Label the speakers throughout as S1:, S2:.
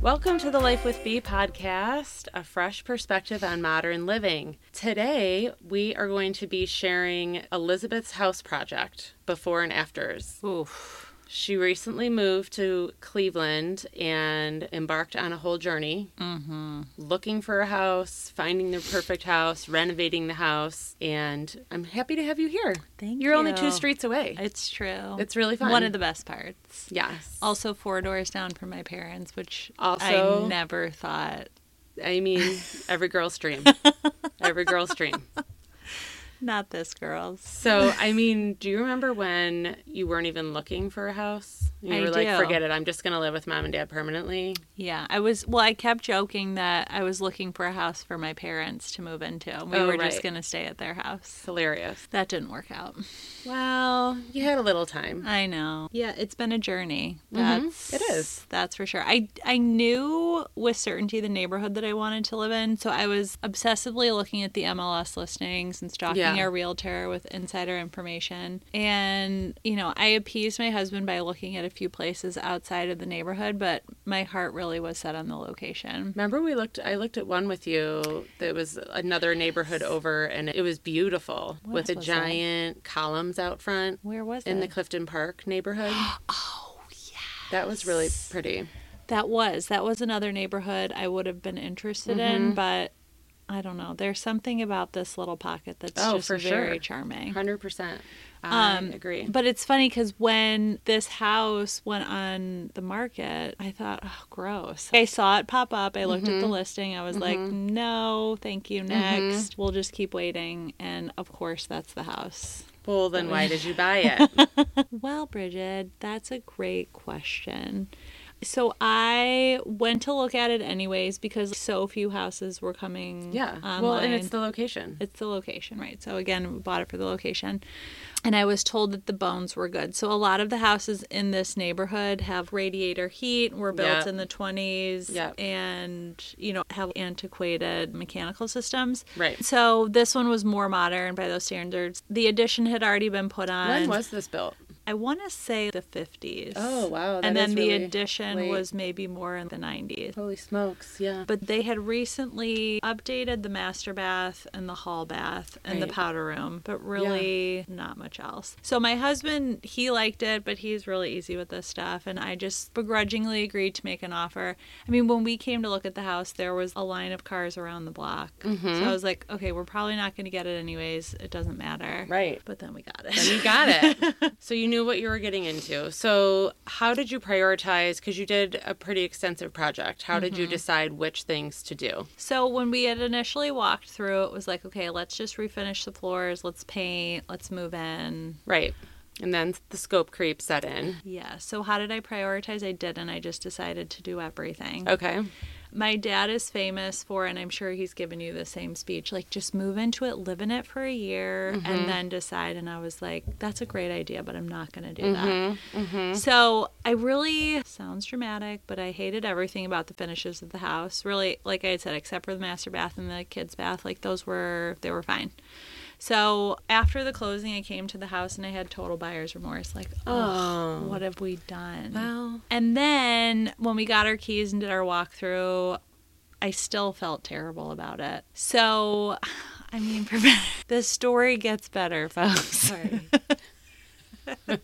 S1: Welcome to the Life with Bee podcast, a fresh perspective on modern living. Today, we are going to be sharing Elizabeth's house project, before and afters.
S2: Oof.
S1: She recently moved to Cleveland and embarked on a whole journey
S2: Mm-hmm.
S1: looking for a house, finding the perfect house, renovating the house, and I'm happy to have you here.
S2: Thank
S1: You're only two
S2: you.
S1: streets away.
S2: It's true.
S1: It's really fun.
S2: One of the best parts.
S1: Yes.
S2: Also, four doors down from my parents, which
S1: Also-
S2: I never thought.
S1: I mean, every girl's dream. every girl's dream.
S2: Not this girl's.
S1: So, I mean, do you remember when you weren't even looking for a house? You
S2: I
S1: were like,
S2: do.
S1: forget it. I'm just going to live with mom and dad permanently.
S2: Yeah, I was. Well, I kept joking that I was looking for a house for my parents to move into. We
S1: Oh,
S2: were just
S1: right.
S2: going to stay at their house.
S1: It's hilarious.
S2: That didn't work out.
S1: Well, you had a little time.
S2: I know. Yeah, it's been a journey. That's
S1: Mm-hmm. It is.
S2: That's for sure. I I knew with certainty the neighborhood that I wanted to live in, so I was obsessively looking at the MLS listings and stalking
S1: Yeah.
S2: our realtor with insider information. And, you know, I appeased my husband by looking at a few places outside of the neighborhood, but my heart really was set on the location.
S1: Remember we looked I looked at one with you that was another neighborhood over and it was beautiful
S2: What
S1: with the
S2: was that?
S1: giant columns out front
S2: Where was
S1: in the
S2: it?
S1: Clifton Park neighborhood. oh yeah. That was really pretty.
S2: that was that was another neighborhood I would have been interested
S1: Mm-hmm.
S2: in, but I don't know. There's something about this little pocket that's
S1: Oh,
S2: just
S1: for
S2: very
S1: sure.
S2: charming.
S1: Hundred percent. I
S2: Um,
S1: agree.
S2: But it's funny because when this house went on the market, I thought, oh, gross. I saw it pop up. I looked
S1: Mm-hmm.
S2: at the listing. I was like, no, thank you. Next. We'll just keep waiting. And of course, that's the house.
S1: Well then why did you buy it?
S2: Well, Bridget, that's a great question. So I went to look at it anyways because so few houses were coming.
S1: yeah.
S2: Online.
S1: Well and it's the location.
S2: It's the location, right? So again, we bought it for the location. And I was told that the bones were good. So a lot of the houses in this neighborhood have radiator heat, were built
S1: Yep.
S2: in the 20s,
S1: Yep.
S2: and, you know, have antiquated mechanical systems.
S1: Right.
S2: So this one was more modern by those standards. The addition had already been put on.
S1: when was this built?
S2: I want to say the 50s.
S1: Oh, wow, that
S2: and then
S1: is
S2: the
S1: really
S2: addition
S1: late.
S2: was maybe more in the 90s.
S1: Holy smokes, yeah.
S2: But they had recently updated the master bath and the hall bath and
S1: Right.
S2: the powder room, but really not much else. So my husband, he liked it, but he's really easy with this stuff. And I just begrudgingly agreed to make an offer. I mean, when we came to look at the house, there was a line of cars around the block.
S1: Mm-hmm.
S2: So I was like, okay, we're probably not going to get it anyways. It doesn't matter.
S1: Right.
S2: But then we got
S1: And
S2: it.
S1: you got it. so you knew what you were getting into. So how did you prioritize? Because you did a pretty extensive project. How did you decide which things to do?
S2: So when we had initially walked through, it was like, okay, let's just refinish the floors, let's paint, let's move in,
S1: Right. And then the scope creep set in.
S2: Yeah. So how did I prioritize? I didn't. I just decided to do everything.
S1: Okay.
S2: My dad is famous for, and I'm sure he's given you the same speech, like just move into it, live in it for a year, and then decide. And I was like, that's a great idea, but I'm not going to do that. So I really, sounds dramatic, but I hated everything about the finishes of the house. Really, like I had said, except for the master bath and the kids' bath, like those were, they were fine. So after the closing, I came to the house and I had total buyer's remorse. Like, oh, what have we done?
S1: Well.
S2: and then when we got our keys and did our walkthrough, I still felt terrible about it. So, I mean, the story gets better, folks.
S1: Sorry.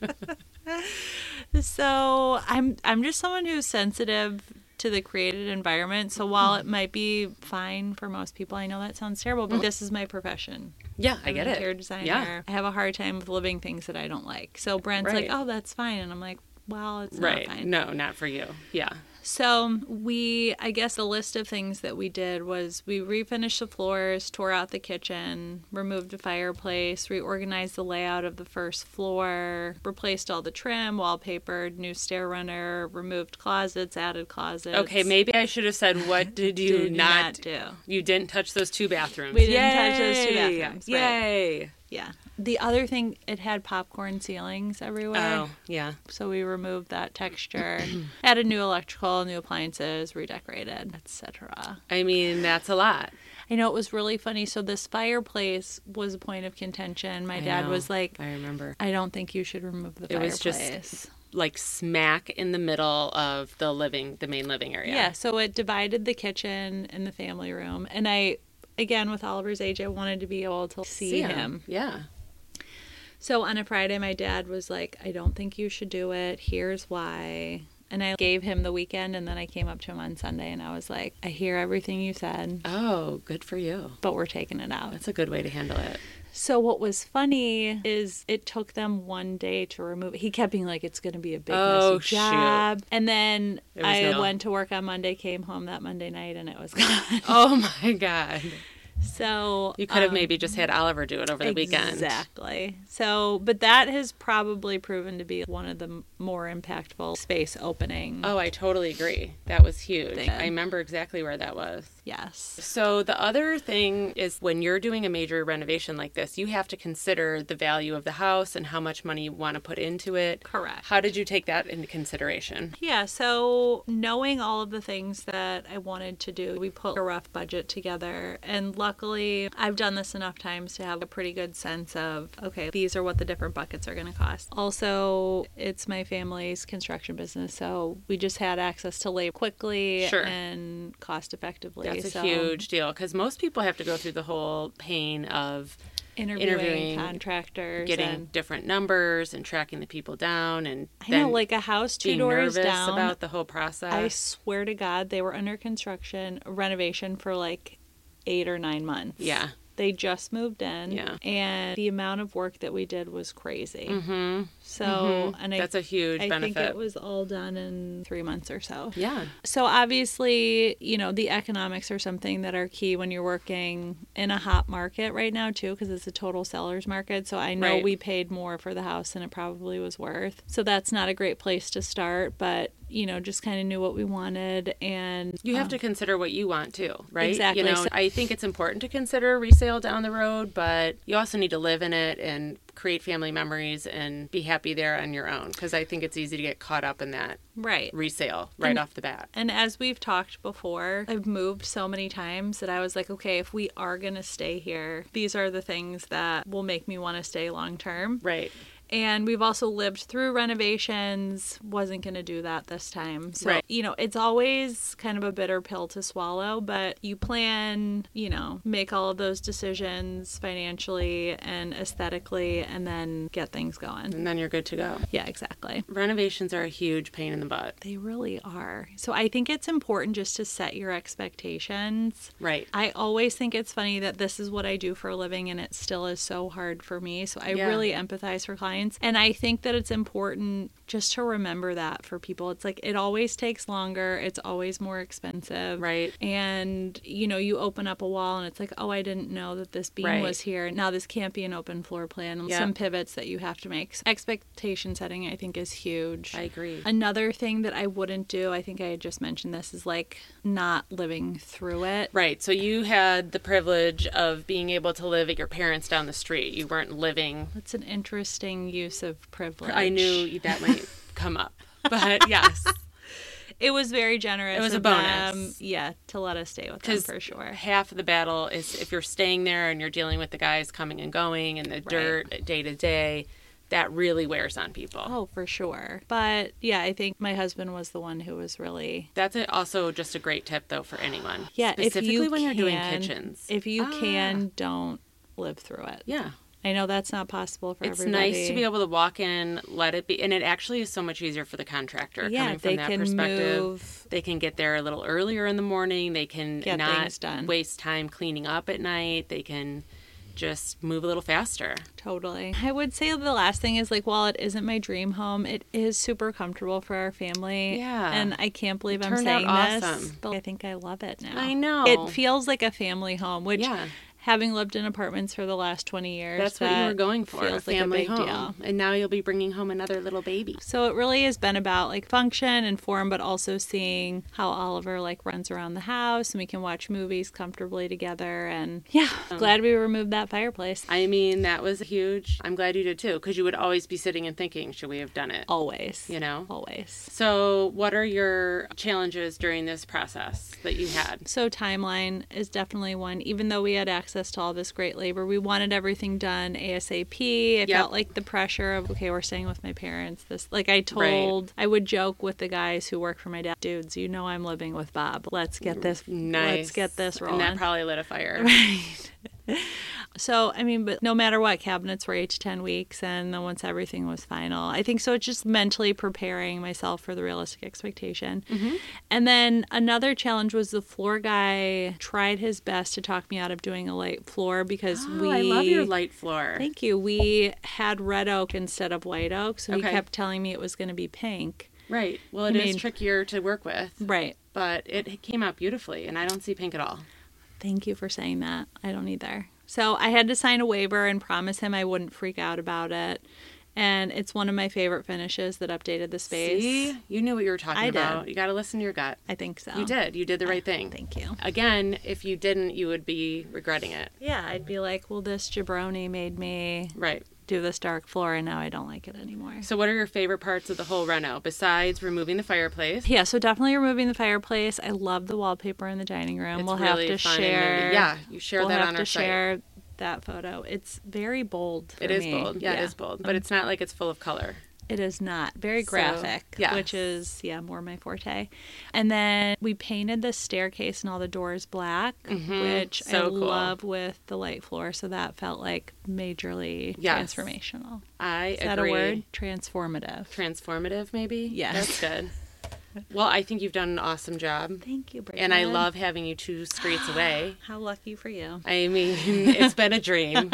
S2: So I'm I'm just someone who's sensitive to the created environment. So while it might be fine for most people, I know that sounds terrible, but this is my profession.
S1: Yeah, Mm-hmm. I
S2: I'm
S1: get
S2: an
S1: it.
S2: interior designer.
S1: Yeah.
S2: I have a hard time with living things that I don't like. So Brent's
S1: Right.
S2: like, "Oh, that's fine," and I'm like, "Well, it's
S1: Right.
S2: not fine."
S1: No, not for you. Yeah.
S2: So we, I guess, the list of things that we did was we refinished the floors, tore out the kitchen, removed the fireplace, reorganized the layout of the first floor, replaced all the trim, wallpapered, new stair runner, removed closets, added closets.
S1: Okay, maybe I should have said what did you
S2: Did
S1: not,
S2: do.
S1: You didn't touch those two bathrooms.
S2: We didn't touch those two
S1: Yay!
S2: bathrooms, right.
S1: Yay.
S2: Yeah. The other thing, it had popcorn ceilings everywhere.
S1: Oh, yeah.
S2: So we removed that texture, added new electrical, new appliances, redecorated, etc.
S1: I mean, that's a lot.
S2: I know it was really funny. So this fireplace was a point of contention. My
S1: I
S2: dad
S1: know.
S2: was like,
S1: I remember.
S2: "I don't think you should remove the
S1: It was
S2: fireplace."
S1: just- like smack in the middle of the living, the main living area.
S2: Yeah, so it divided the kitchen and the family room. And I, again, with Oliver's age, I wanted to be able to see, him.
S1: Yeah.
S2: So on a Friday, my dad was like, I don't think you should do it. Here's why. And I gave him the weekend, and then I came up to him on Sunday and I was like, I hear everything you said,
S1: Oh, good for you.
S2: but we're taking it out.
S1: That's a good way to handle it.
S2: So what was funny is it took them one day to remove it. He kept being like, "It's going to be a big
S1: Oh,
S2: messy
S1: shoot.
S2: job," and then
S1: There was
S2: I
S1: no-
S2: went to work on Monday, came home that Monday night, and it was gone.
S1: Oh my God.
S2: so
S1: You could have
S2: um,
S1: maybe just had Oliver do it over the weekend.
S2: exactly. So, but that has probably proven to be one of the m- more impactful space opening.
S1: Oh, I totally agree. That was huge.
S2: Thing.
S1: I remember exactly where that was.
S2: Yes.
S1: So, the other thing is when you're doing a major renovation like this, you have to consider the value of the house and how much money you want to put into it.
S2: Correct.
S1: How did you take that into consideration?
S2: Yeah, so knowing all of the things that I wanted to do, we put a rough budget together. And luckily, I've done this enough times to have a pretty good sense of okay, these are what the different buckets are going to cost. Also, it's my family's construction business, so we just had access to labor quickly
S1: Sure.
S2: and cost effectively.
S1: That's a
S2: so
S1: huge deal because most people have to go through the whole pain of
S2: interviewing,
S1: interviewing,
S2: contractors,
S1: getting
S2: and
S1: different numbers and tracking the people down and
S2: I
S1: then
S2: know, like a house two
S1: being
S2: doors
S1: nervous
S2: down.
S1: about the whole process.
S2: I swear to God, they were under construction renovation for like eight or nine months.
S1: Yeah.
S2: They just moved in.
S1: Yeah.
S2: And the amount of work that we did was crazy.
S1: hmm
S2: So, Mm-hmm, and I,
S1: That's a huge
S2: I
S1: benefit.
S2: think it was all done in three months or so.
S1: yeah.
S2: So, obviously, you know, the economics are something that are key when you're working in a hot market right now, too, because it's a total seller's market. So, I know
S1: Right.
S2: we paid more for the house than it probably was worth. So, that's not a great place to start, but, you know, just kind of knew what we wanted. And
S1: You have
S2: um,
S1: to consider what you want too, right?
S2: Exactly.
S1: You know,
S2: So-
S1: I think it's important to consider resale down the road, but you also need to live in it and create family memories and be happy there on your own because I think it's easy to get caught up in that
S2: right.
S1: resale right
S2: And-
S1: off the bat.
S2: And as we've talked before, I've moved so many times that I was like, okay, if we are going to stay here, these are the things that will make me want to stay long term.
S1: Right.
S2: And we've also lived through renovations, wasn't going to do that this time. So,
S1: Right.
S2: you know, it's always kind of a bitter pill to swallow, but you plan, you know, make all of those decisions financially and aesthetically and then get things going.
S1: And then you're good to go.
S2: Yeah, exactly.
S1: Renovations are a huge pain in the butt.
S2: They really are. So I think it's important just to set your expectations.
S1: Right.
S2: I always think it's funny that this is what I do for a living and it still is so hard for me. So I
S1: Yeah.
S2: really empathize for clients. And I think that it's important just to remember that for people. It's like it always takes longer, it's always more expensive.
S1: Right.
S2: And you know, you open up a wall and it's like, oh, I didn't know that this beam
S1: Right.
S2: was here. Now this can't be an open floor plan.
S1: Yeah.
S2: Some pivots that you have to make. So expectation setting, I think, is huge.
S1: I agree.
S2: Another thing that I wouldn't do, I think I had just mentioned this, is like not living through it.
S1: Right. So you had the privilege of being able to live at your parents down the street. You weren't living.
S2: That's an interesting use of privilege.
S1: I knew that might come up. But yes.
S2: it was very generous.
S1: It was a
S2: of
S1: bonus.
S2: them, yeah, to let us stay with them
S1: 'Cause
S2: for sure.
S1: half of the battle is if you're staying there and you're dealing with the guys coming and going and the dirt day to day, that really wears on people.
S2: Oh, for sure. But yeah, I think my husband was the one who was really
S1: That's a, also just a great tip though for anyone.
S2: yeah.
S1: specifically
S2: if you
S1: when you're doing
S2: can-
S1: kitchens.
S2: if you
S1: Ah.
S2: can, don't live through it.
S1: yeah,
S2: I know that's not possible for
S1: it's
S2: everybody.
S1: nice to be able to walk in, let it be, and it actually is so much easier for the contractor
S2: yeah,
S1: coming from
S2: they
S1: that
S2: can
S1: perspective.
S2: move.
S1: They can get there a little earlier in the morning. They can
S2: Get
S1: not
S2: things done.
S1: waste time cleaning up at night. They can just move a little faster.
S2: Totally. I would say the last thing is like, while it isn't my dream home, it is super comfortable for our family.
S1: Yeah.
S2: And I can't believe I'm
S1: turned out
S2: saying this,
S1: awesome.
S2: but I think I love it now.
S1: I know.
S2: It feels like a family home, which
S1: Yeah.
S2: having lived in apartments for the last 20 years,
S1: That's what you
S2: that
S1: were going for, a
S2: feels like a
S1: family
S2: big
S1: home.
S2: deal.
S1: And now you'll be bringing home another little baby.
S2: So it really has been about like function and form, but also seeing how Oliver like runs around the house and we can watch movies comfortably together. And yeah, glad we removed that fireplace.
S1: I mean, that was huge. I'm glad you did too, because you would always be sitting and thinking, should we have done it?
S2: Always.
S1: You know?
S2: Always.
S1: So, what are your challenges during this process that you had?
S2: So timeline is definitely one. Even though we had access access to all this great labor. We wanted everything done ASAP. I
S1: Yep.
S2: felt like the pressure of, okay, we're staying with my parents. This, like, I told, I would joke with the guys who work for my dad, dudes, you know, I'm living with Bob. Let's get this,
S1: Mm, Nice.
S2: let's get this rolling.
S1: And that probably lit a fire.
S2: So, I mean, but no matter what, cabinets were eight to 10 weeks. And then once everything was final, I think so. It's just mentally preparing myself for the realistic expectation.
S1: Mm-hmm.
S2: And then another challenge was the floor guy tried his best to talk me out of doing a light floor because we.
S1: Oh, I love your light floor.
S2: Thank you. We had red oak instead of white oak. So
S1: Okay.
S2: he kept telling me it was going to be pink.
S1: Right. Well, it
S2: You
S1: is
S2: made-
S1: trickier to work with,
S2: Right.
S1: but it came out beautifully, and I don't see pink at all.
S2: Thank you for saying that. I don't either. So I had to sign a waiver and promise him I wouldn't freak out about it. And it's one of my favorite finishes that updated the space.
S1: See, you knew what you were talking
S2: I did. Oh.
S1: about. You got to listen to your gut.
S2: I think so.
S1: You did. You did the right thing.
S2: Thank you.
S1: Again, if you didn't, you would be regretting it.
S2: Yeah, I'd be like, well, this jabroni made me
S1: Right.
S2: do this dark floor, and now I don't like it anymore.
S1: So, what are your favorite parts of the whole reno besides removing the fireplace?
S2: Yeah, so definitely removing the fireplace. I love the wallpaper in the dining room.
S1: It's
S2: we'll
S1: really
S2: have to
S1: fun and
S2: share.
S1: nerdy. Yeah, you share
S2: we'll
S1: that
S2: have
S1: on
S2: to
S1: our site.
S2: share that photo. It's very bold. For
S1: It is
S2: me.
S1: bold. Yeah, it is bold, but it's not like it's full of color.
S2: It is not very
S1: So,
S2: graphic,
S1: yes.
S2: which is yeah more my forte. And then we painted the staircase and all the doors black, which I
S1: Mm-hmm. So cool.
S2: love with the light floor. So that felt like majorly
S1: Yes.
S2: transformational.
S1: I
S2: Is that
S1: agree.
S2: a word? Transformative.
S1: Transformative, maybe.
S2: Yes.
S1: that's good. Well, I think you've done an awesome job,
S2: Thank you, Brittany.
S1: and I love having you two streets away.
S2: how lucky for you.
S1: I mean, it's been a dream.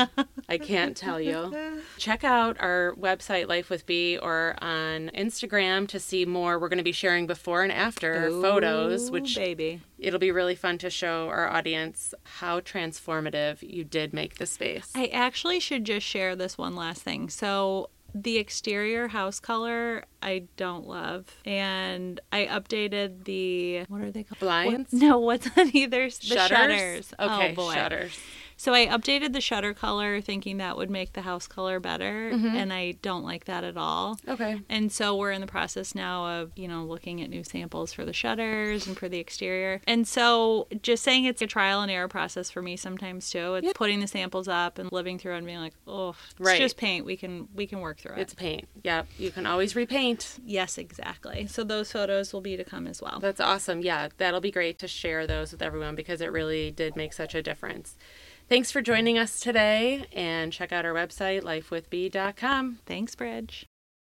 S1: I can't tell you. Check out our website, Life with Bee, or on Instagram to see more. We're going to be sharing before and after photos,
S2: Ooh,
S1: which
S2: baby.
S1: it'll be really fun to show our audience how transformative you did make the space.
S2: I actually should just share this one last thing. So the exterior house color I don't love, and I updated the what are they called?
S1: Blinds?
S2: What- no, what's on either s- the
S1: shutters?
S2: shutters?
S1: Okay,
S2: oh boy.
S1: shutters.
S2: So I updated the shutter color, thinking that would make the house color better,
S1: Mm-hmm.
S2: and I don't like that at all.
S1: Okay.
S2: And so we're in the process now of, you know, looking at new samples for the shutters and for the exterior. And so just saying it's a trial and error process for me sometimes too. It's
S1: Yeah.
S2: putting the samples up and living through it and being like, oh, it's
S1: Right.
S2: just paint. We can we can work through it.
S1: It's paint. Yep. You can always repaint.
S2: yes, exactly. So those photos will be to come as well.
S1: That's awesome. Yeah, that'll be great to share those with everyone because it really did make such a difference. Thanks for joining us today and check out our website, lifewithbee.com.
S2: Thanks, Bridge.